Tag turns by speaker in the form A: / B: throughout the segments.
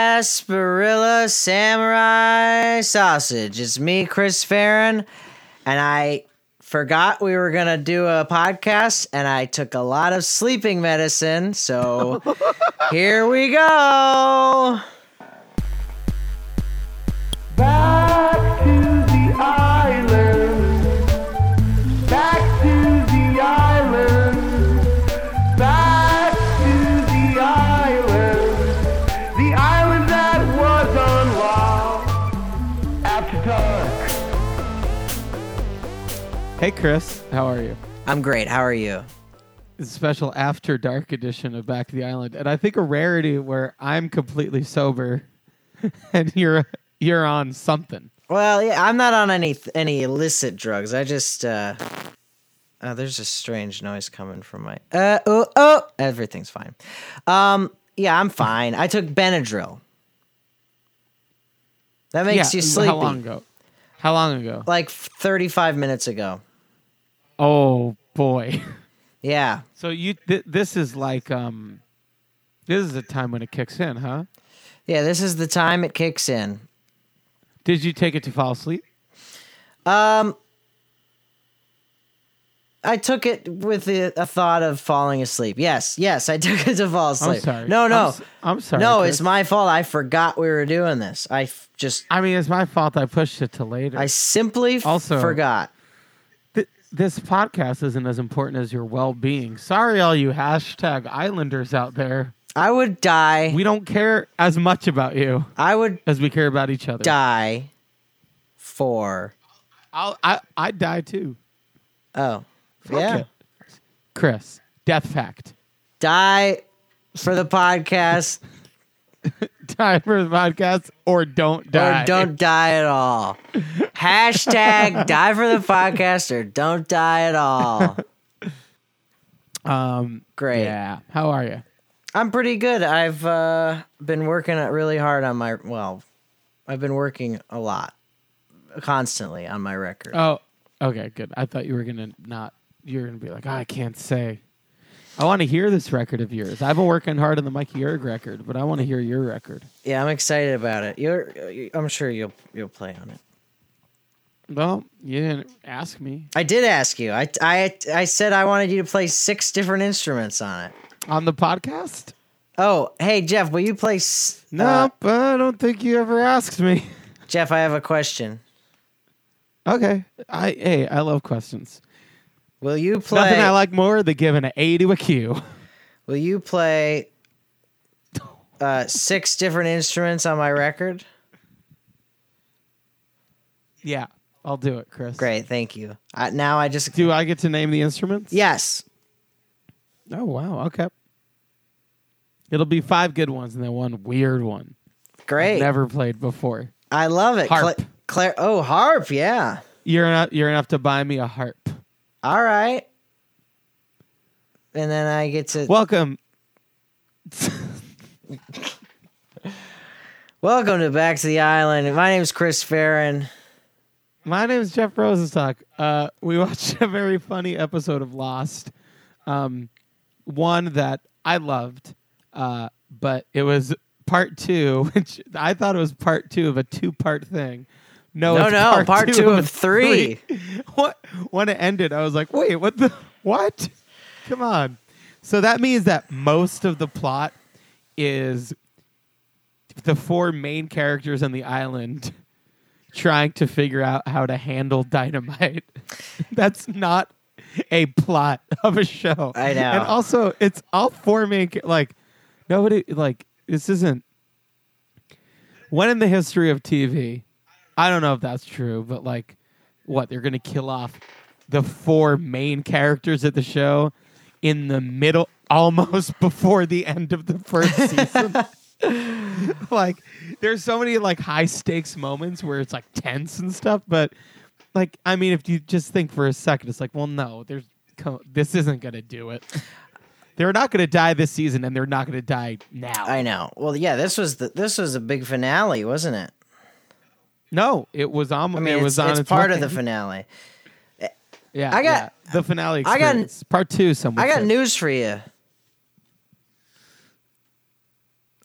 A: Sarsaparilla Samurai Sausage. It's me, Chris Farron, and I forgot we were going to do a podcast, and I took a lot of sleeping medicine. So here we go.
B: Back to the island. Back to the island. Back to the island. The island that was unlocked. After dark.
C: Hey Chris, how are you?
A: I'm great. How are you?
C: It's a special after dark edition of Back to the Island, and I think a rarity where I'm completely sober and you're you're on something.
A: Well, yeah, I'm not on any any illicit drugs. I just uh oh, there's a strange noise coming from my uh oh oh everything's fine. Um yeah, I'm fine. I took Benadryl. That makes
C: yeah,
A: you sleepy.
C: How long ago? How long ago?
A: Like 35 minutes ago.
C: Oh boy.
A: Yeah.
C: So you th- this is like um this is the time when it kicks in, huh?
A: Yeah, this is the time it kicks in.
C: Did you take it to fall asleep?
A: Um I took it with the, a thought of falling asleep. Yes, yes, I took it to fall asleep.
C: I'm sorry.
A: No, no.
C: I'm, s- I'm sorry.
A: no,
C: Chris.
A: it's my fault. I forgot we were doing this. I f- just,
C: I mean, it's my fault. I pushed it to later.
A: I simply f-
C: Also-
A: forgot.
C: Th- this podcast isn't as important as your well-being. Sorry, all you hashtag Islanders out there.
A: I would die.
C: We don't care as much about you
A: I would
C: as we care about each other.
A: die for.
C: I'll, I I die too.
A: Oh,
C: Fuck
A: yeah.
C: it. Chris, death fact.
A: Die for the podcast
C: Die for the podcast or don't die.
A: or don't die at all. Hashtag die for the podcast or don't die at all.
C: Um.
A: Great.
C: Yeah. How are you?
A: I'm pretty good. I've uh, been working really hard on my, well, I've been working a lot constantly on my record.
C: Oh. Okay. Good. I thought you were gonna not. You're gonna be like, "Ah, I can't say. I want to hear this record of yours. I've been working hard on the Mikey Erg record, but I want to hear your record.
A: Yeah, I'm excited about it. You're, I'm sure you'll you'll play on it.
C: Well, you didn't ask me
A: I did ask you. I I I said I wanted you to play six different instruments on it.
C: on the podcast.
A: Oh, hey Jeff, will you play? s-
C: No,
A: uh,
C: but I don't think you ever asked me.
A: Jeff, I have a question.
C: Okay. I hey, I love questions.
A: Will you play?
C: Nothing I like more than giving an A to a Q.
A: Will you play? Uh, six different instruments on my record.
C: Yeah, I'll do it, Chris.
A: Great, thank you. Uh, now I just
C: Do I get to name the instruments?
A: yes.
C: Oh wow. Okay. It'll be five good ones and then one weird one.
A: Great,
C: Never played before.
A: I love it.
C: Harp.
A: Cla- Claire, oh harp, yeah.
C: You're not. You're enough to buy me a harp.
A: All right. And then I get to
C: Welcome.
A: welcome to back to the island. My name's Chris Farron.
C: My name is Jeff Rosenstock. Uh, we watched a very funny episode of Lost, um, one that I loved, uh, but it was part two, which I thought it was part two of a two-part thing. No,
A: No,
C: it's
A: no, part two
C: a
A: of three.
C: What? When it ended, I was like, "Wait, what? The what? Come on!" So that means that most of the plot is the four main characters on the island trying to figure out how to handle dynamite. That's not a plot of a show.
A: I know.
C: And also, it's all four main ca- like nobody like this isn't when in the history of TV. I don't know if that's true, but like what they're going to kill off the four main characters of the show in the middle almost before the end of the first season like there's so many like high stakes moments where it's like tense and stuff but like i mean if you just think for a second it's like well no there's co- this isn't gonna do it they're not gonna die this season and they're not gonna die now
A: I know. Well, yeah, this was the this was a big finale, wasn't it?
C: no it was almost
A: I mean,
C: it
A: it's,
C: was on
A: it's part of
C: way.
A: the finale.
C: yeah
A: I got-
C: yeah, the finale
A: I got-
C: experience. part two somewhere
A: I got news for you.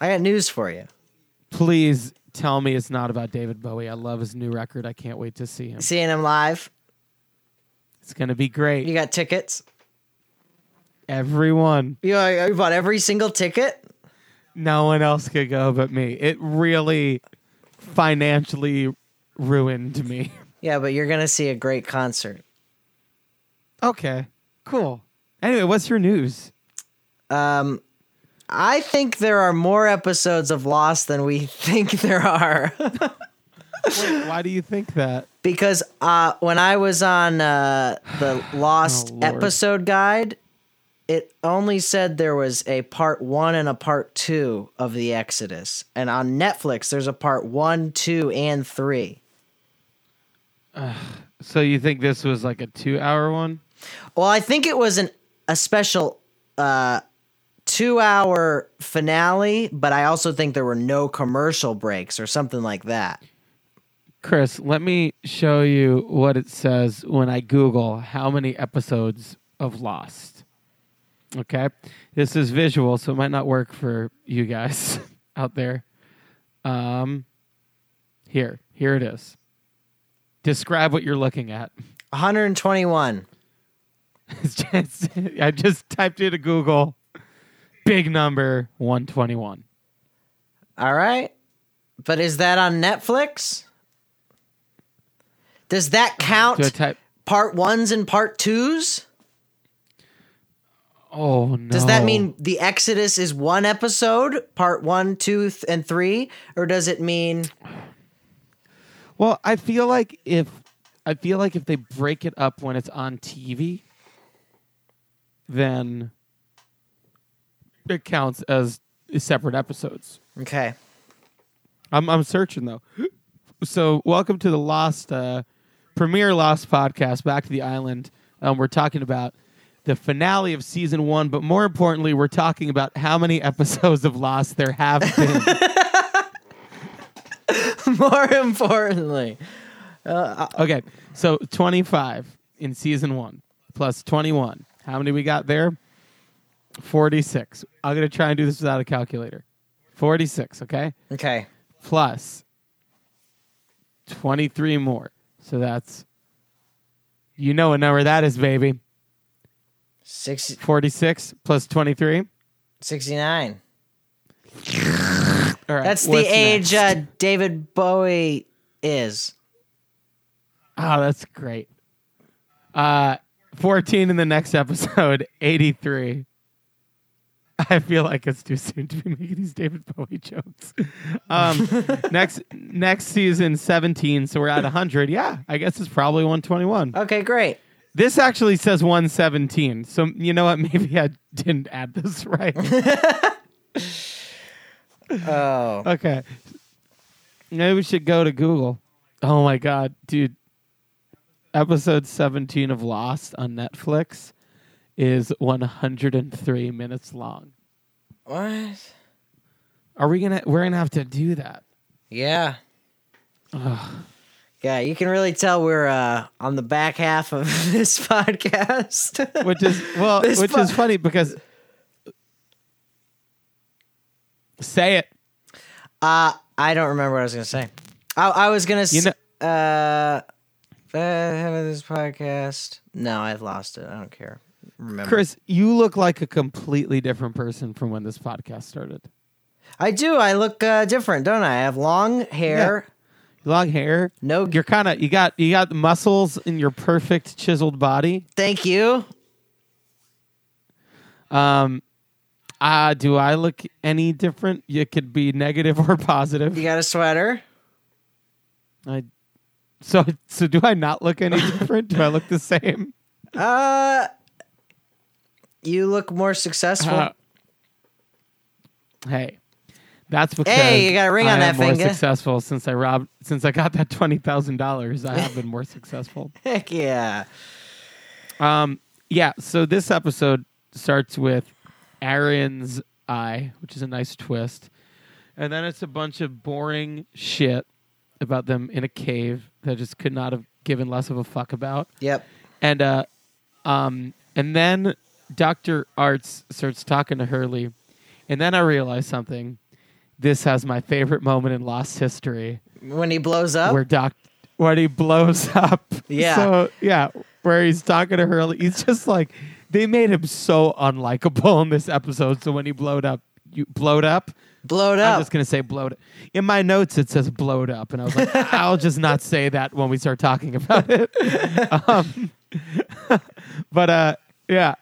A: I got news for you.
C: Please tell me it's not about David Bowie. I love his new record. I can't wait to see him.
A: Seeing him live.
C: It's going to be
A: You
C: great.
A: got tickets.
C: Everyone,
A: You, uh, you bought every single ticket.
C: no one else could go but me. It really financially ruined me.
A: Yeah, but you're gonna see a great concert.
C: Okay, cool. Anyway, what's your news?
A: Um, I think there are more episodes of Lost than we think there are.
C: Wait, why do you think that?
A: because uh, when I was on uh, the Lost
C: Oh, Lord.
A: episode guide, it only said there was a part one and a part two of the Exodus, and on Netflix there's a part one, two, and three.
C: So you think this was like a two-hour one?
A: Well, I think it was an a special uh, two hour finale, but I also think there were no commercial breaks or something like that.
C: Chris, let me show you what it says when I Google how many episodes of Lost. Okay. This is visual, so it might not work for you guys out there. Um, here, here it is. Describe what you're looking at.
A: 121.
C: It's just- I just typed into Google big number 121.
A: All right. But is that on Netflix? Does that count
C: Do I type?
A: part ones and part twos?
C: Oh, no.
A: Does that mean the Exodus is one episode, part one, two, th- and three? Or does it mean.
C: Well, I feel like if I feel like if they break it up when it's on TV, then it counts as separate episodes.
A: Okay.
C: I'm I'm searching though. So welcome to the Lost uh, Premier Lost podcast. Back to the island. Um, we're talking about the finale of season one, but more importantly, we're talking about how many episodes of Lost there have been.
A: More importantly.
C: Okay, so 25 in season one plus 21. How many we got there? 46. I'm going to try and do this without a calculator. 46, okay?
A: Okay.
C: Plus 23 more. So that's, you know what number that is, baby.
A: Six,
C: 46 plus 23.
A: 69.
C: All right.
A: That's
C: what's
A: the age
C: next?
A: uh, David Bowie is.
C: Oh, that's great. Uh, 14 in the next episode, 83. I feel like it's too soon to be making these David Bowie jokes. Um, next next season, 17. So we're at 100. Yeah, I guess it's probably 121.
A: Okay, great.
C: This actually says 117. So you know what? Maybe I didn't add this right.
A: Oh.
C: Okay. Maybe we should go to Google. Oh my god, dude. Episode 17 of Lost on Netflix is 103 minutes long.
A: What?
C: Are we going to we're going to have to do that?
A: Yeah. Yeah, you can really tell we're uh, on the back half of this podcast.
C: Which is well,
A: This
C: which
A: fu-
C: is funny because Say it.
A: uh, I don't remember what I was going to say. I, I was going to
C: You
A: say. Uh, uh, this podcast. No, I've lost it. I don't care. Remember.
C: Chris, you look like a completely different person from when this podcast started.
A: I do. I look uh, different, don't I? I have long hair.
C: Long hair.
A: No,
C: You're kind of you got you got muscles in your perfect chiseled body.
A: thank you.
C: Um, uh, do I look any different? It could be negative or positive.
A: You got a sweater.
C: I, so so do I not look any different? do I look the same?
A: Uh, you look more successful.
C: Uh, hey, that's because
A: Hey, you got a ring
C: I
A: on that
C: am more
A: finger.
C: Successful since I robbed since I got that twenty thousand dollars. I have been more successful.
A: Heck yeah.
C: Um, yeah. So this episode starts with Aaron's eye, which is a nice twist, and then it's a bunch of boring shit about them in a cave that I just could not have given less of a fuck about,
A: Yep.
C: and uh, um, and then Doctor Arts starts talking to Hurley, and then I realize something. this has my favorite moment in Lost history,
A: when he blows up.
C: where Doc, when he blows up.
A: Oh. Yeah.
C: So yeah, where he's talking to Hurley, he's just like they made him so unlikable in this episode. So when he blowed up, you blowed up.
A: blowed
C: I'm
A: up.
C: just gonna say blowed. In my notes, it says blowed up, and I was like, I'll just not say that when we start talking about it. um, but uh, yeah,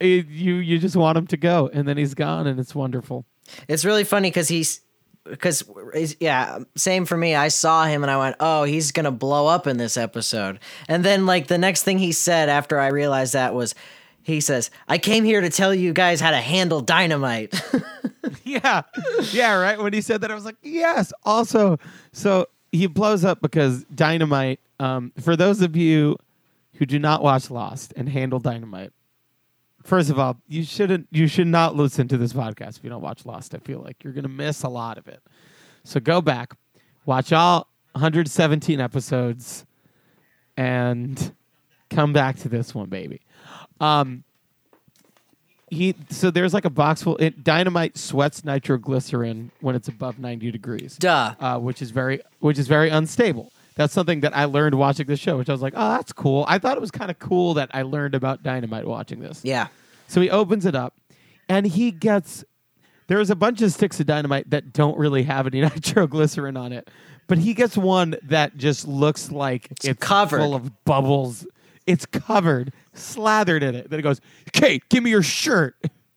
C: it- you you just want him to go, and then he's gone, and it's wonderful.
A: It's really funny because he's because yeah, same for me. I saw him and I went, "Oh, he's gonna blow up in this episode." And then like the next thing he said after I realized that was, he says, "I came here to tell you guys how to handle dynamite."
C: Yeah, yeah, right. When he said that, I was like, yes. Also, so he blows up because dynamite. Um, for those of you who do not watch Lost and handle dynamite, first of all, you shouldn't. You should not listen to this podcast if you don't watch Lost. I feel like you're gonna miss a lot of it. So go back, watch all 117 episodes, and come back to this one, baby. Um, he so there's like a box full. It, dynamite sweats nitroglycerin when it's above 90 degrees.
A: Duh.
C: Uh, which is very which is very unstable. That's something that I learned watching this show, which I was like, oh, that's cool. I thought it was kind of cool that I learned about dynamite watching this.
A: yeah,
C: So he opens it up and he gets there's a bunch of sticks of dynamite that don't really have any nitroglycerin on it, but he gets one that just looks like it's,
A: covered.
C: full of bubbles. It's covered, slathered in it. Then it goes, Kate, give me your shirt.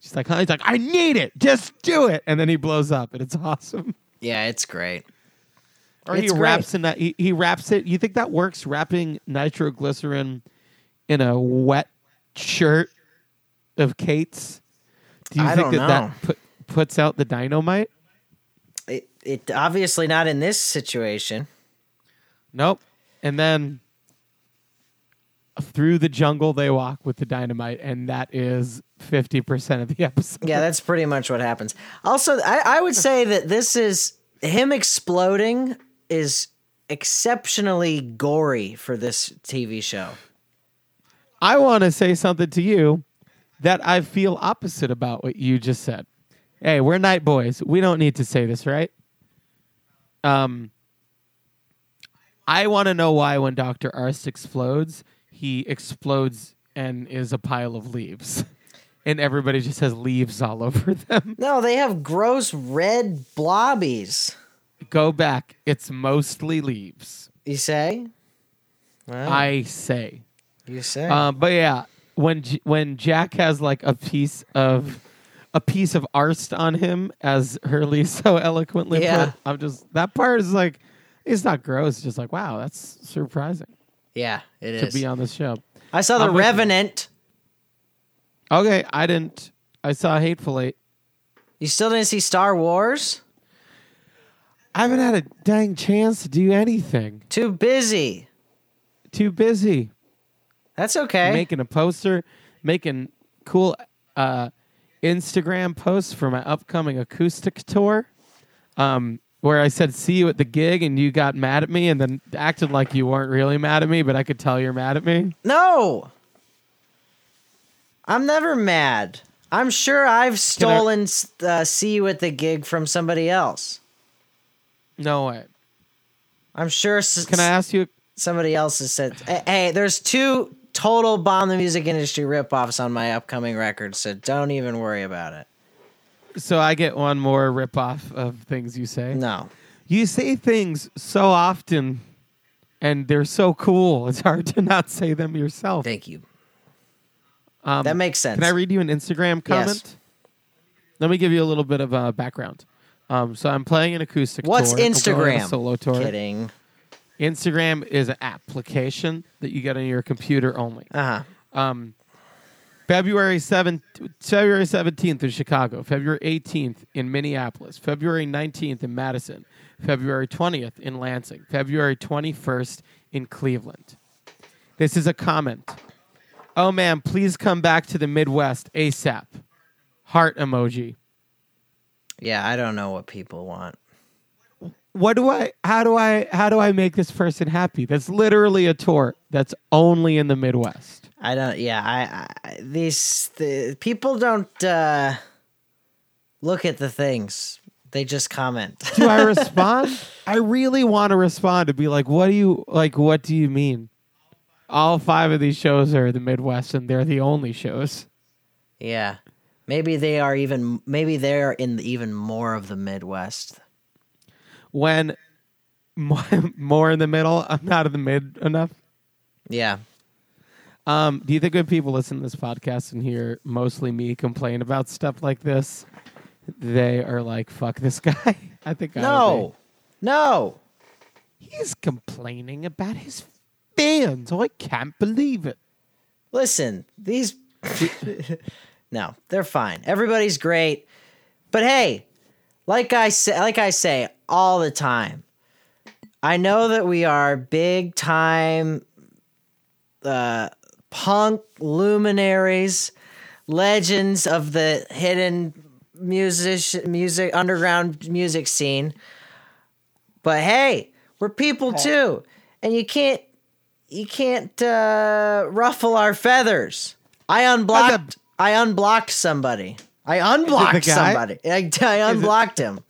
C: She's like, huh? He's like, I need it. Just do it. And then he blows up, and it's awesome.
A: yeah, it's great.
C: Or
A: It's
C: he
A: great.
C: wraps in that he, he wraps it. You think that works? Wrapping nitroglycerin in a wet shirt of Kate's. Do you
A: I
C: think
A: don't
C: that
A: know.
C: that put, puts out the dynamite?
A: It, it obviously not in this situation.
C: Nope. And then through the jungle they walk with the dynamite, and that is fifty percent of the episode.
A: Yeah, that's pretty much what happens. Also, I, I would say that this is him exploding is exceptionally gory for this TV show.
C: I want to say something to you that I feel opposite about what you just said. Hey, we're night boys. We don't need to say this, right? Um, I want to know why when Dr. Arst explodes, he explodes and is a pile of leaves. And everybody just has leaves all over them.
A: No, they have gross red blobbies.
C: Go back. It's mostly leaves.
A: You say? Well,
C: I say.
A: you say.
C: Um, but yeah, when J- when Jack has like a piece of a piece of arst on him, as Hurley so eloquently
A: Yeah.
C: put, I'm just that part is like it's not gross. It's just like wow, that's surprising
A: yeah, it
C: to
A: is.
C: be on the show.
A: I saw the
C: I'm with you.
A: Revenant.
C: Okay, I didn't. I saw Hateful Eight.
A: You still didn't see Star Wars?
C: I haven't had a dang chance to do anything.
A: Too busy.
C: Too busy
A: That's okay.
C: making a poster, making cool uh, Instagram posts for my upcoming acoustic tour. Um, where I said see you at the gig and you got mad at me and then acted like you weren't really mad at me, but I could tell you're mad at me.
A: no. I'm never mad. I'm sure I've stolen uh, See You at the Gig from somebody else.
C: No way.
A: I'm sure s-
C: Can I ask you?
A: somebody else has said, "Hey, hey, there's two total bomb the music industry ripoffs on my upcoming record, so don't even worry about it."
C: So I get one more rip off of things you say.
A: No,
C: You say things so often, and they're so cool. It's hard to not say them yourself.
A: thank you.
C: Um,
A: That makes sense.
C: Can I read you an Instagram comment? Let me give you a little bit of uh, background. Um, so I'm playing an acoustic.
A: What's
C: tour. Oh, I'm going on
A: Instagram?
C: a solo tour.
A: Kidding.
C: Instagram is an application that you get on your computer only.
A: Uh huh.
C: Um, February seventh, February seventeenth in Chicago. February eighteenth in Minneapolis. February nineteenth in Madison. February twentieth in Lansing. February twenty first in Cleveland. This is a comment. Oh man, please come back to the Midwest ASAP. Heart emoji.
A: Yeah, I don't know what people want.
C: What do I? How do I? How do I make this person happy? That's literally a tour. That's only in the Midwest.
A: I don't. Yeah, I. I these the, people don't uh, look at the things. They just comment.
C: do I respond? I really want to respond to be like, what do you like? What do you mean? All five of these shows are the Midwest, and they're the only shows.
A: yeah. Maybe they are even maybe they are in even more of the Midwest.
C: When more, more in the middle, I'm not in the mid enough.
A: Yeah.
C: Um, do you think when people listen to this podcast and hear mostly me complain about stuff like this, they are like, "Fuck this guy"? I think I would
A: No. No.
C: be. he's complaining about his fans. Oh, I can't believe it.
A: Listen, these No, they're fine. Everybody's great. But hey, like I say like I say all the time. I know that we are big time uh punk luminaries, legends of the hidden music music underground music scene. But hey, we're people too. And you can't you can't uh, ruffle our feathers. I unblocked. I unblocked somebody. I unblocked
C: guy?
A: somebody. I, I unblocked him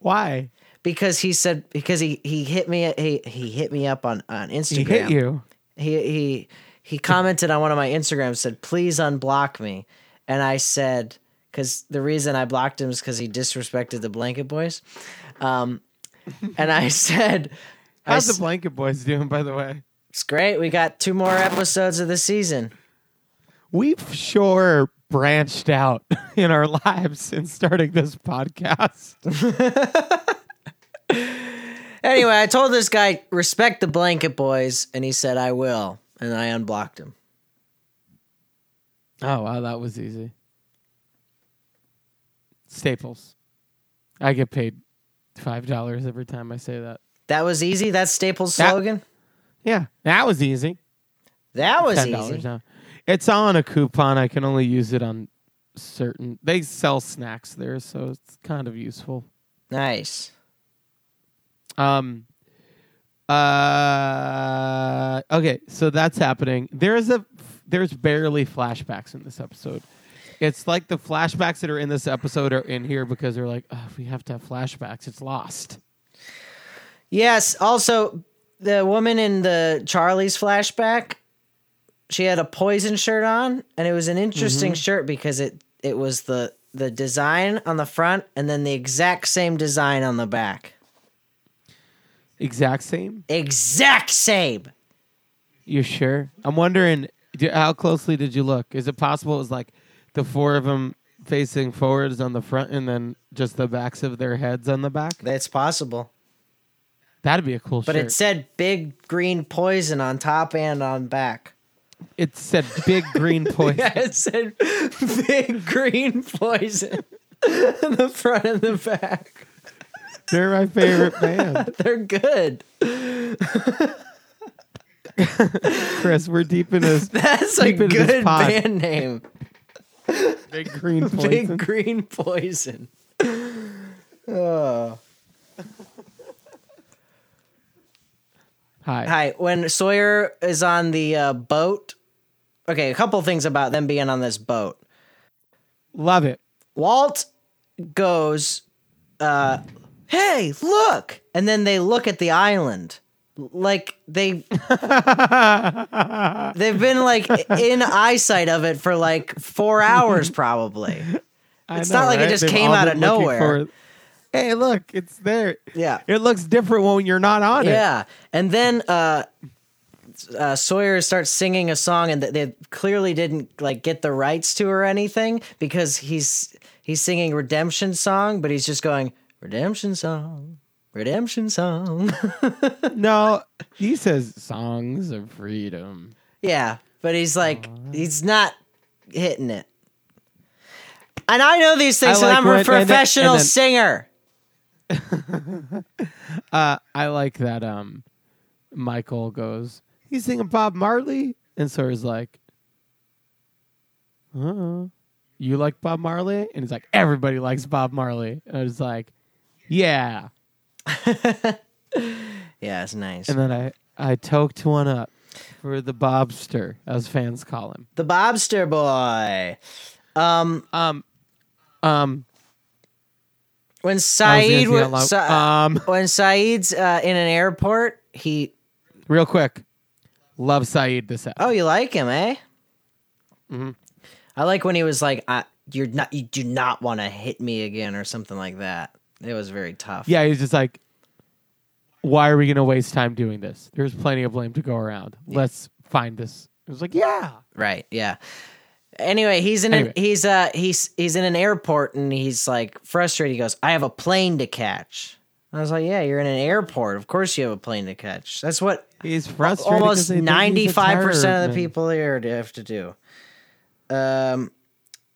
C: Why?
A: because he said because he he hit me he he hit me up on on Instagram.
C: He hit you.
A: He he he commented on one of my Instagrams said please unblock me, and I said because the reason I blocked him is because he disrespected the Blanket Boys, um, and I said. I
C: How's
A: s-
C: the Blanket Boys doing, by the way?
A: It's great. We got two more episodes of the season.
C: We've sure branched out in our lives since starting this podcast.
A: Anyway, I told this guy, respect the blanket boys, and he said, I will. And I unblocked him.
C: Oh, wow, that was easy. Staples. I get paid $5 every time I say that.
A: That was easy. That's Staples'
C: That-
A: slogan.
C: Yeah, that was easy.
A: That was
C: $10
A: easy.
C: now. It's on a coupon. I can only use it on certain. They sell snacks there, so it's kind of useful.
A: Nice.
C: Um. Uh. Okay, so that's happening. There's a there's barely flashbacks in this episode. It's like the flashbacks that are in this episode are in here because they're like, oh, we have to have flashbacks. It's lost.
A: Yes. Also, the woman in the Charlie's flashback, she had a poison shirt on, and it was an interesting shirt because it it was the the design on the front and then the exact same design on the back.
C: Exact same.
A: Exact same.
C: You sure? I'm wondering do, how closely did you look? Is it possible it was like the four of them facing forwards on the front and then just the backs of their heads on the back?
A: That's possible.
C: That'd be a cool
A: But
C: shirt.
A: it said big green poison on top and on back.
C: it said big green poison.
A: it said big green poison in the front and the back.
C: They're my favorite band.
A: They're good.
C: Chris, we're deep in this
A: That's a
C: Keep it in this
A: good
C: pod.
A: band name.
C: big green
A: Big
C: poison.
A: green poison.
C: Hi.
A: Hi, when Sawyer is on the uh, boat. Okay, a couple things about them being on this boat.
C: Love it.
A: Walt goes, uh, "Hey, look!" And then they look at the island, like they they've been like in eyesight of it for like four hours, probably.
C: I
A: It's not like it just came
C: all
A: out
C: been
A: of
C: looking
A: nowhere.
C: for- hey, look, it's there.
A: Yeah.
C: It looks different when you're not on it.
A: Yeah, and then uh, uh, Sawyer starts singing a song, and th- they clearly didn't like get the rights to or anything because he's he's singing redemption song, but he's just going redemption song, redemption song.
C: No, he says songs of freedom.
A: yeah, but he's like he's not hitting it. And I know these things,
C: I
A: and
C: like
A: I'm
C: when-
A: a
C: and then- and
A: professional
C: then-
A: singer.
C: Uh, I like that um Michael goes, he's singing Bob Marley? And Sora's like, oh, you like Bob Marley? And he's like, everybody likes Bob Marley. And I was like, yeah.
A: Yeah, it's nice.
C: And then I I toked one up for the Bobster, as fans call him.
A: The Bobster Boy.
C: Um, um,
A: When
C: I was
A: Saeed
C: gonna say
A: was,
C: out loud.
A: Sa-
C: um,
A: when Saeed's uh, in an airport, he
C: real quick, love Saeed this episode.
A: oh you like him, eh?
C: Mm-hmm.
A: I like when he was like, I, "You're not, you do not want to hit me again" or something like that. It was very tough.
C: Yeah, he's just like, why are we going to waste time doing this? There's plenty of blame to go around. Let's find this. It was like, yeah.
A: Right. Yeah. Anyway, he's in
C: Anyway.
A: an, he's uh he's he's in an airport and he's like frustrated. He goes, "I have a plane to catch." I was like, "Yeah, you're in an airport. Of course you have a plane to catch." That's what
C: He's frustrated. 'cause
A: almost
C: they think he's a
A: ninety five percent of the
C: terrorman.
A: people here do- have to do. Um,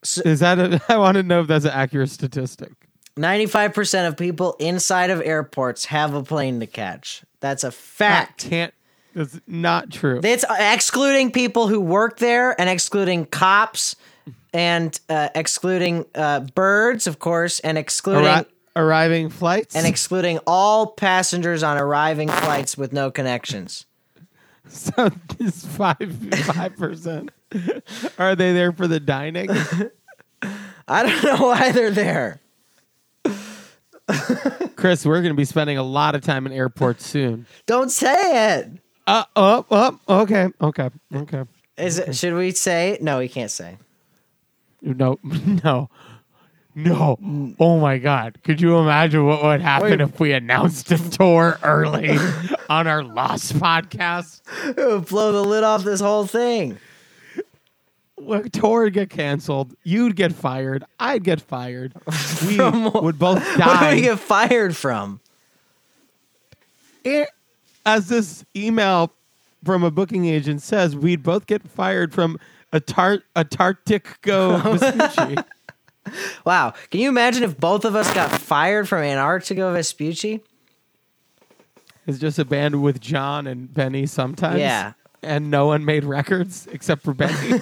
C: Is that? A, I want to know if that's an accurate statistic.
A: ninety five percent of people inside of airports have a plane to catch. That's a
C: That
A: fact.
C: can't. That's not true.
A: It's uh, excluding people who work there and excluding cops and uh, excluding uh, birds, of course, and excluding
C: Arri- arriving flights.
A: and excluding all passengers on arriving flights with no connections.
C: so it's five five percent. Are they there for the dining?
A: I don't know why they're there.
C: Chris, we're going to be spending a lot of time in airports soon.
A: Don't say it.
C: Uh, up, up. Okay, okay, okay.
A: Is it should we say? it? No, we can't say.
C: No, no, no. Oh my God. Could you imagine what would happen if we announced a tour early on our Lost podcast?
A: It would blow the lid off this whole thing.
C: Well, tour would get canceled. You'd get fired. I'd get fired. We
A: From what-
C: would both
A: What do we
C: die.
A: get fired from?
C: Eh, As this email from a booking agent says, we'd both get fired from a tart a Tartico Vespucci.
A: Wow. Can you imagine if both of us got fired from Antarctica Vespucci?
C: It's just a band with John and Benny sometimes.
A: Yeah.
C: And no one made records except for Benny.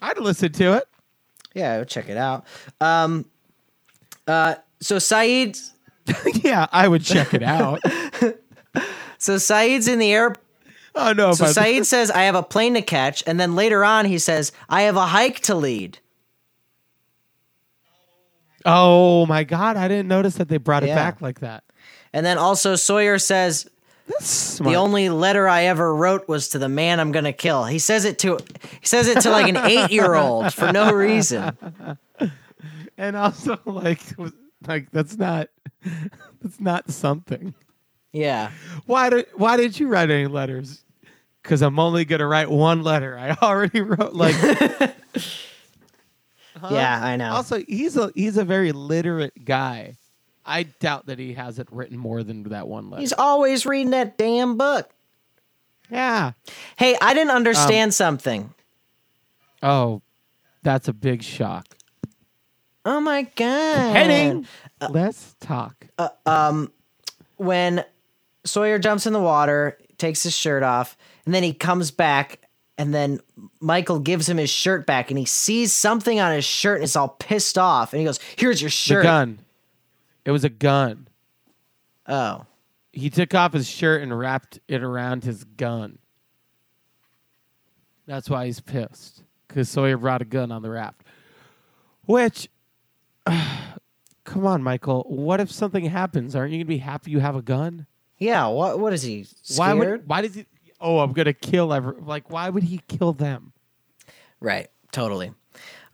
C: I'd listen to it.
A: Yeah, I would check it out. Um, uh, so Saeed,
C: yeah, I would check it out.
A: so Saeed's in the air.
C: oh no,
A: So
C: but
A: Saeed says, "I have a plane to catch," and then later on he says, "I have a hike to lead."
C: Oh my god, I didn't notice that they brought it
A: Yeah.
C: back like that.
A: And then also Sawyer says,
C: That's
A: "The
C: smart.
A: only letter I ever wrote was to the man I'm gonna kill." He says it to he says it to like an eight year old for no reason.
C: and also like was- like that's not that's not something.
A: Yeah,
C: Why did why did you write any letters? Cuz I'm only going to write one letter. I already wrote like
A: yeah, I know.
C: Also, he's a he's a very literate guy. I doubt that he hasn't written more than that one letter.
A: He's always reading that damn book.
C: yeah.
A: Hey, I didn't understand something.
C: Oh, that's a big shock.
A: Oh my god!
C: Heading. Let's talk.
A: when Sawyer jumps in the water, takes his shirt off, and then he comes back, and then Michael gives him his shirt back, and he sees something on his shirt, and it's all pissed off, and he goes, "Here's your
C: the
A: shirt."
C: gun. It was a gun.
A: Oh,
C: He took off his shirt and wrapped it around his gun. That's why he's pissed. Because Sawyer brought a gun on the raft. Which, come on, Michael. What if something happens? Aren't you going to be happy you have a gun?
A: yeah. What? What is he? Scared?
C: Why would? Why does he? Oh, I'm gonna kill every. Like, why would he kill them?
A: Right. Totally.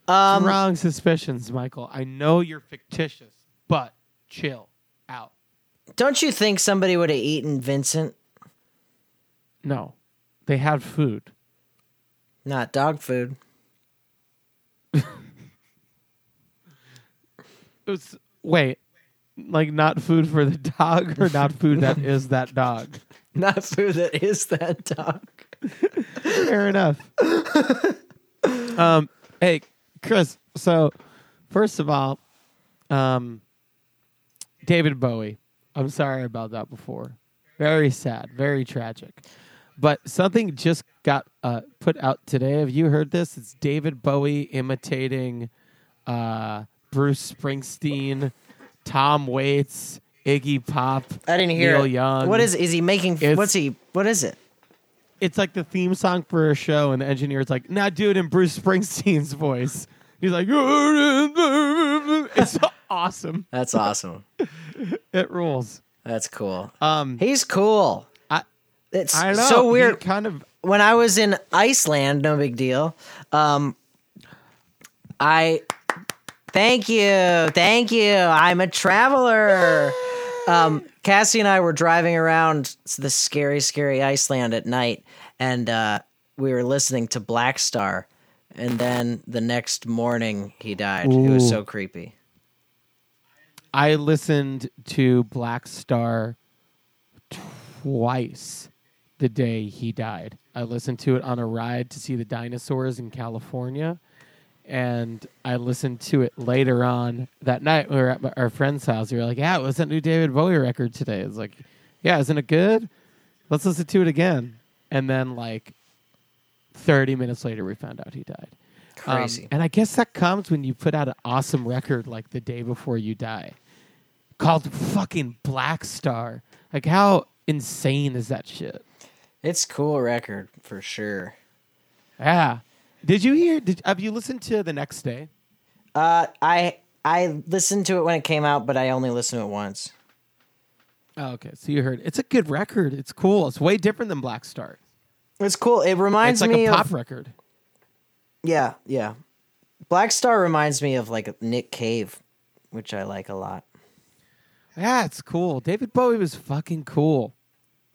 C: Wrong suspicions, Michael. I know you're fictitious, but chill out.
A: Don't you think somebody would have eaten Vincent?
C: No, they had food.
A: Not dog food.
C: It was wait, like not food for the dog or not food that is that dog.
A: Not food that is that dog.
C: Fair enough. um, hey, Chris. So, first of all, um, David Bowie. I'm sorry about that before. Very sad, very tragic. But something just got uh, put out today. Have you heard this? It's David Bowie imitating uh, Bruce Springsteen, Tom Waits, Iggy Pop.
A: I didn't hear
C: Neil
A: it.
C: Young
A: What is? Is he making?
C: It's-
A: what's he? What is it?
C: it's like the theme song for a show, and the engineer's like, "Now do it in Bruce Springsteen's voice." He's like, "It's awesome.
A: That's awesome.
C: It rules.
A: That's cool.
C: Um,
A: He's cool.
C: I-
A: It's
C: I don't know.
A: so
C: he
A: weird.
C: Kind of.
A: when I was in Iceland, no big deal. Um, I thank you, thank you. I'm a traveler. Um, Cassie and I were driving around the scary, scary Iceland at night, and uh, we were listening to Black Star. And then the next morning, he died. It was
C: Ooh.
A: so creepy.
C: I listened to Black Star twice the day he died. I listened to it on a ride to see the dinosaurs in California, and I listened to it later on that night. We were at my- our friend's house. We were like, "Yeah, what's that new David Bowie record today?" It's like, "Yeah, isn't it good? Let's listen to it again." And then like thirty minutes later, we found out he died. Um,
A: Crazy.
C: and I guess that comes when you put out an awesome record like the day before you die called fucking Black Star. Like, how insane is that shit?
A: it's cool record for sure.
C: Yeah. Did you hear? Did, have you listened to the next day?
A: Uh, I I listened to it when it came out, but I only listened to it once.
C: Oh, okay. So you heard. It's a good record. It's cool. It's way different than Black Star.
A: It's cool. It reminds
C: It's like
A: me
C: a pop
A: of
C: record.
A: Yeah, yeah. Black Star reminds me of like Nick Cave, which I like a lot.
C: Yeah, it's cool. David Bowie was fucking cool.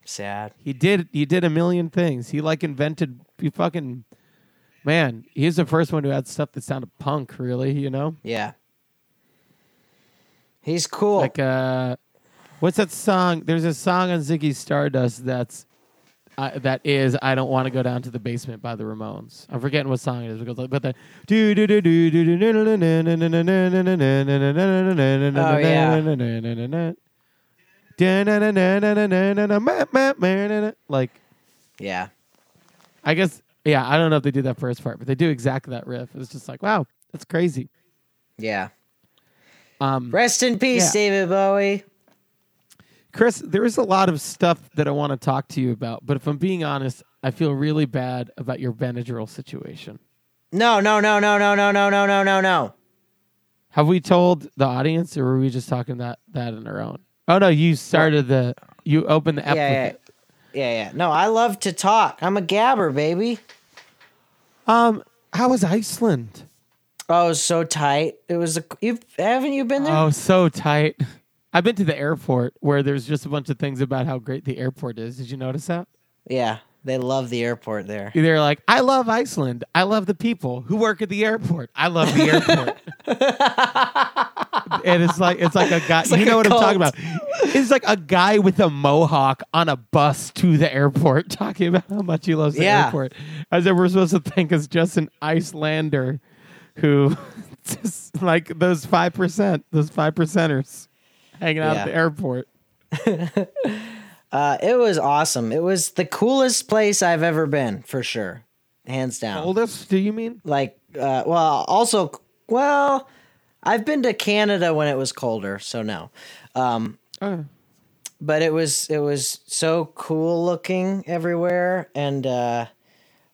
A: Sad.
C: He did. He did a million things. He like invented. He fucking. Man, he's the first one who had stuff that sounded punk. Really, you know.
A: Yeah. He's cool.
C: Like uh what's that song? There's a song on Ziggy Stardust that's uh, that is I don't want to go down to the basement by the Ramones. I'm forgetting what song it is. It goes like, but the do do do do do do do do do do do do do do do
A: Oh, yeah.
C: do do like
A: yeah.
C: I guess yeah, I don't know if they do that first part, but they do exactly that riff. It's just like wow, that's crazy.
A: Yeah.
C: Um,
A: Rest in peace,
C: Yeah.
A: David Bowie.
C: Chris, there is a lot of stuff that I want to talk to you about, but if I'm being honest, I feel really bad about your Benadryl situation.
A: No, no, no, no, no, no, no, no, no, no, no.
C: Have we told the audience, or were we just talking that that on our own? Oh no, you started the you opened the
A: Yeah,
C: app
A: yeah.
C: with it.
A: Yeah, yeah. No, I love to talk. I'm a gabber, baby.
C: Um, how was Iceland?
A: Oh, it was so tight. It was a you haven't you been there?
C: Oh, so tight. I've been to the airport where there's just a bunch of things about how great the airport is. Did you notice that?
A: Yeah. They love the airport there.
C: They're like, I love Iceland. I love the people who work at the airport. I love the airport. and it's like it's like a guy. you
A: like a
C: know what
A: cult.
C: I'm talking about? It's like a guy with a mohawk on a bus to the airport talking about how much he loves the
A: Yeah.
C: airport. As if we're supposed to think it's just an Icelander who just like those five percent, those five percenters hanging out
A: Yeah.
C: at the airport.
A: Uh, it was awesome. It was the coolest place I've ever been, for sure. Hands down.
C: Oldest, do you mean?
A: like uh, well also well i've been to canada when it was colder so no um,
C: Oh.
A: but it was it was so cool looking everywhere and uh,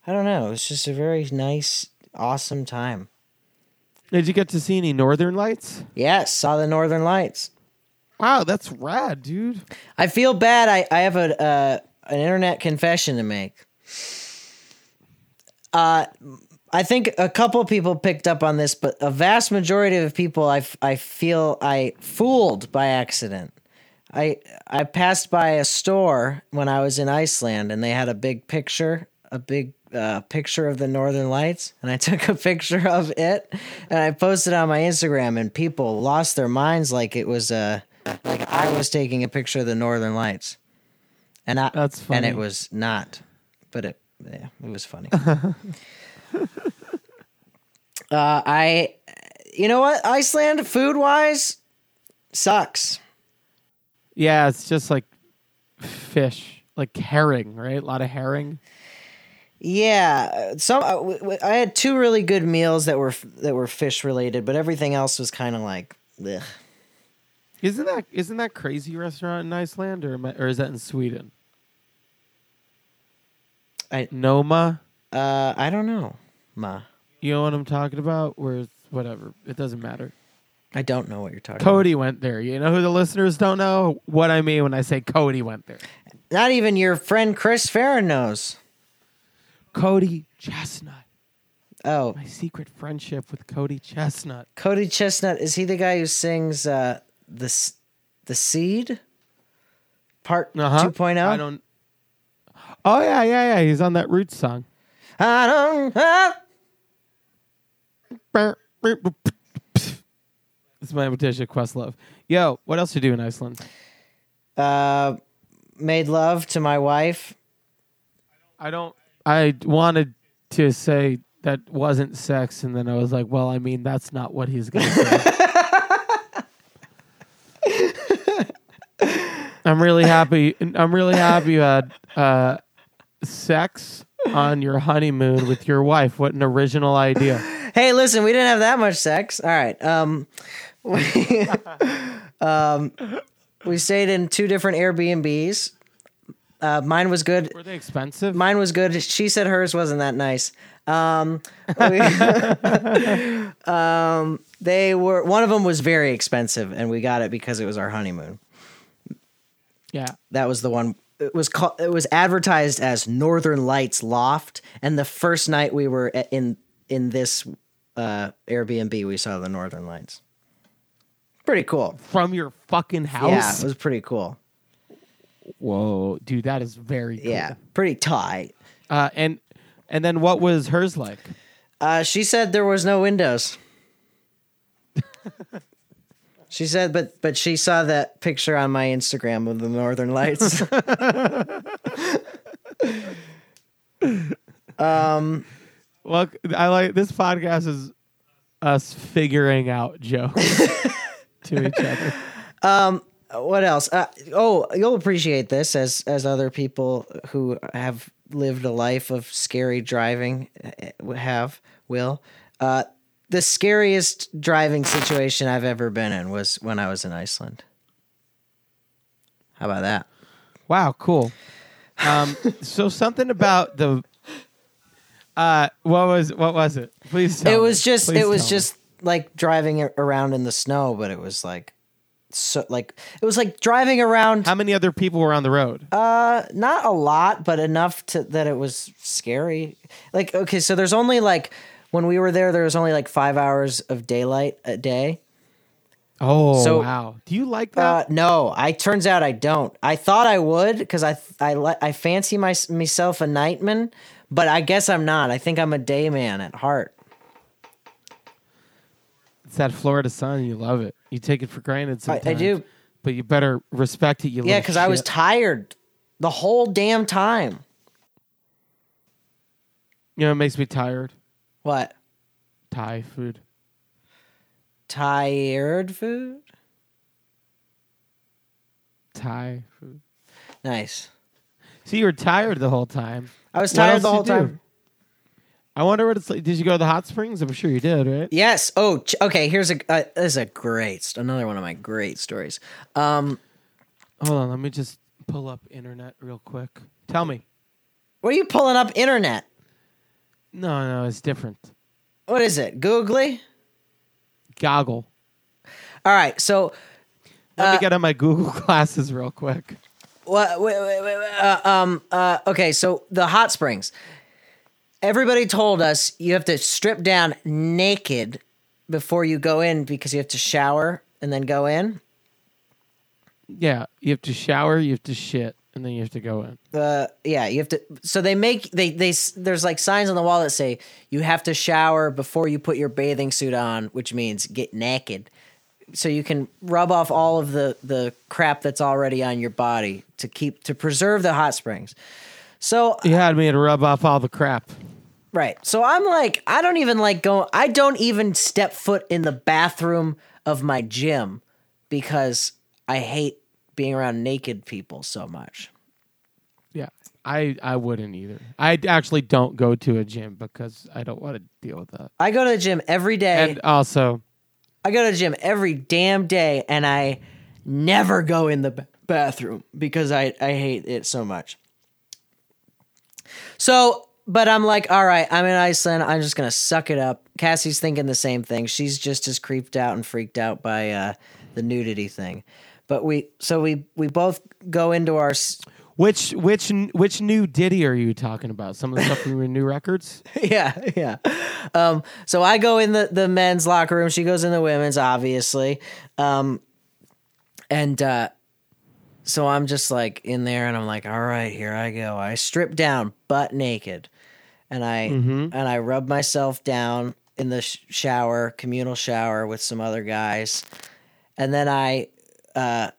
A: i don't know it was just a very nice awesome time
C: Did you get to see any northern lights?
A: yes saw the northern lights
C: Wow, that's rad, dude.
A: i feel bad i, I have a uh, an internet confession to make uh, I think a couple people picked up on this, but a vast majority of people I, f- I feel I fooled by accident. I I passed by a store when I was in Iceland, and they had a big picture, a big uh, picture of the Northern Lights, and I took a picture of it, and I posted on my Instagram, and people lost their minds like it was a like I was taking a picture of the Northern Lights, and I
C: That's
A: and
C: funny.
A: it was not, but it yeah, it was funny. Uh, I, you know what? Iceland food wise sucks.
C: Yeah, it's just like fish, like herring, right? A lot of herring.
A: Yeah, uh, some I- w- w- I had two really good meals that were f- that were fish related, but everything else was kind of like, blech.
C: Isn't that isn't that crazy restaurant in Iceland or am I, or is that in Sweden?
A: I-
C: Noma,
A: uh, I don't know, ma.
C: you know what I'm talking about? Where it's whatever, it doesn't matter.
A: I don't know what you're talking
C: Cody went there. You know who the listeners don't know what I mean when I say Cody went there.
A: about. Not even your friend Chris Farron knows.
C: Cody Chestnut.
A: Oh,
C: My secret friendship with Cody Chestnut.
A: Cody Chestnut is he the guy who sings uh, the S- the seed part oh?
C: Uh-huh.
A: 2.0?
C: I don't. Oh yeah, yeah, yeah. He's on that Roots song.
A: I don't ah.
C: It's my Letitia Questlove. Yo, what else you do in Iceland?
A: uh, made love to my wife.
C: I don't. I wanted to say that wasn't sex, and then I was like, well, I mean, that's not what he's going to say. I'm really happy. I'm really happy you had uh, sex on your honeymoon with your wife. What an original idea.
A: Hey, listen, we didn't have that much sex. All right. Um, we, um, we stayed in two different Airbnbs. Uh, mine was good.
C: Were they expensive?
A: Mine was good. She said hers wasn't that nice. Um, we- um, they were. One of them was very expensive, and we got it because it was our honeymoon.
C: yeah.
A: That was the one. It was called. It was advertised as Northern Lights Loft, and the first night we were at- in in this uh, Airbnb, we saw the Northern Lights. Pretty cool.
C: From your fucking
A: Yeah,
C: house?
A: it was pretty cool.
C: Whoa, dude, that is very cool.
A: Yeah, pretty tight.
C: Uh, and and then what was hers like?
A: Uh, she said there was no windows. she said, but but she saw that picture on my Instagram of the Northern Lights.
C: Well, I like this podcast is us figuring out jokes to each other.
A: what else? Uh, oh, you'll appreciate this as as other people who have lived a life of scary driving uh, have will. Uh, the scariest driving situation I've ever been in was when I was in Iceland. How about that?
C: Wow, cool. Um, so something about the uh, what was what was it? Please. Tell
A: it
C: me.
A: was just
C: Please
A: it was
C: tell me.
A: just like driving a- around in the snow, but it was like so like it was like driving around
C: How many other people were on the road?
A: Uh, not a lot, but enough to that it was scary. Like, okay, so there's only like when we were there, there was only like five hours of daylight a day.
C: oh,
A: so-
C: wow. Do you like
A: Uh,
C: that?
A: no, I turns out I don't. I thought I would because I I li- I fancy my, myself a nightman, but I guess I'm not. I think I'm a day man at heart.
C: it's that Florida sun. You love it. You take it for granted
A: I
C: sometimes.
A: do.
C: But you better respect it. You
A: Yeah,
C: little
A: because I was
C: shit.
A: tired the whole damn time.
C: you know, it makes me tired.
A: What
C: Thai food.
A: tired food?
C: Thai food.
A: Nice.
C: So you were tired the whole time.
A: I was
C: What
A: tired
C: else
A: the
C: you
A: whole
C: do?
A: time.
C: I wonder what it's like. Did you go to the hot springs? I'm sure you did, right?
A: Yes. Oh, ch- okay. Here's a uh, this is a great st- another one of my great stories. Um,
C: Hold on, let me just pull up internet real quick. Tell me.
A: what are you pulling up internet?
C: No, no, it's different.
A: What is it? Googly.
C: Goggle.
A: All right. So,
C: Let
A: Uh,
C: me get on my Google glasses real quick.
A: wha- wait, wait, wait, wait, uh, um, uh, okay. So the hot springs. Everybody told us you have to strip down naked before you go in because you have to shower and then go in.
C: Yeah, you have to shower, you have to shit, and then you have to go in.
A: uh yeah you have to so they make they they s- there's like signs on the wall that say you have to shower before you put your bathing suit on which means get naked so you can rub off all of the the crap that's already on your body to keep to preserve the hot springs so
C: You had me to rub off all the crap.
A: right so i'm like i don't even like go i don't even step foot in the bathroom of my gym because i hate being around naked people so much
C: Yeah. I, I wouldn't either. I actually don't go to a gym because I don't want to deal with that.
A: i go to the gym every day
C: And also,
A: I go to the gym every damn day and I never go in the ba- bathroom because I, I hate it so much. So but I'm like, all right, I'm in Iceland. I'm just gonna suck it up. Cassie's thinking the same thing. She's just as creeped out and freaked out by uh, the nudity thing. But we, so we, we both go into our. s-
C: Which which n- which new ditty are you talking about? Some of the stuff from your new records?
A: yeah, yeah. Um, so I go in the the men's locker room. She goes in the women's, obviously. Um, and uh, so I'm just like in there, and I'm like, all right, here I go. I strip down, butt naked, and I and I rub myself down in the sh- shower, communal shower with some other guys, and then I uh,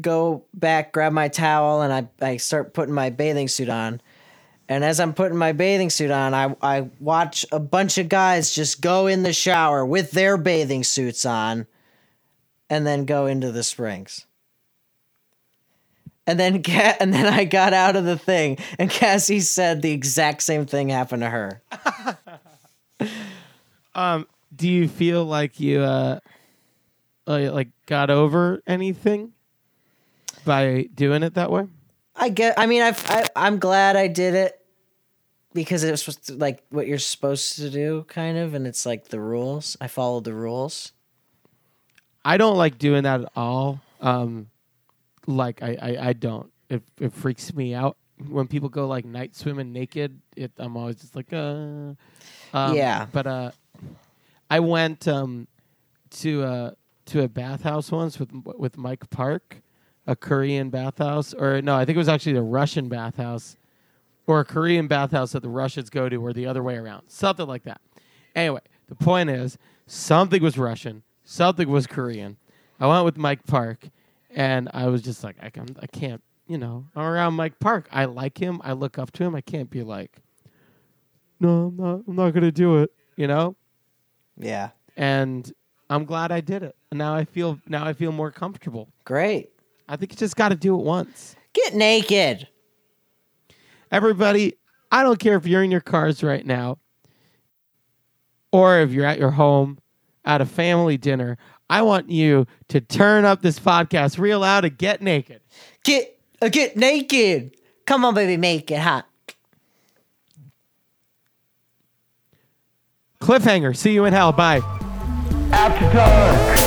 A: go back, grab my towel, and I, I start putting my bathing suit on. And as I'm putting my bathing suit on, I, I watch a bunch of guys just go in the shower with their bathing suits on and then go into the springs. And then Ca- and then I got out of the thing, and Cassie said the exact same thing happened to her.
C: Do you feel like you uh, uh like got over anything by doing it that way?
A: I get. I mean, I've, I I'm glad I did it because it was supposed to, like what you're supposed to do, kind of, and it's like the rules. I followed the rules.
C: I don't like doing that at all. Um, like I, I, I don't. It it freaks me out when people go like night swimming naked. It I'm always just like uh, um,
A: Yeah.
C: But uh, I went um to uh to a bathhouse once with with Mike Park, a Korean bathhouse, or no, I think it was actually the Russian bathhouse, or a Korean bathhouse that the Russians go to, or the other way around, something like that. Anyway, the point is, something was Russian, something was Korean. I went with Mike Park, and I was just like, I can I can't, you know, I'm around Mike Park. I like him. I look up to him. I can't be like, no, I'm not. I'm not gonna do it. You know,
A: Yeah,
C: and I'm glad I did it. Now I feel now I feel more comfortable.
A: great.
C: I think you just got to do it once.
A: Get naked.
C: Everybody, I don't care if you're in your cars right now or if you're at your home at a family dinner. I want you to turn up this podcast real loud and get naked.
A: Get uh, get naked. Come on, baby, make it hot.
C: Cliffhanger. See you in hell. Bye.
B: After dark.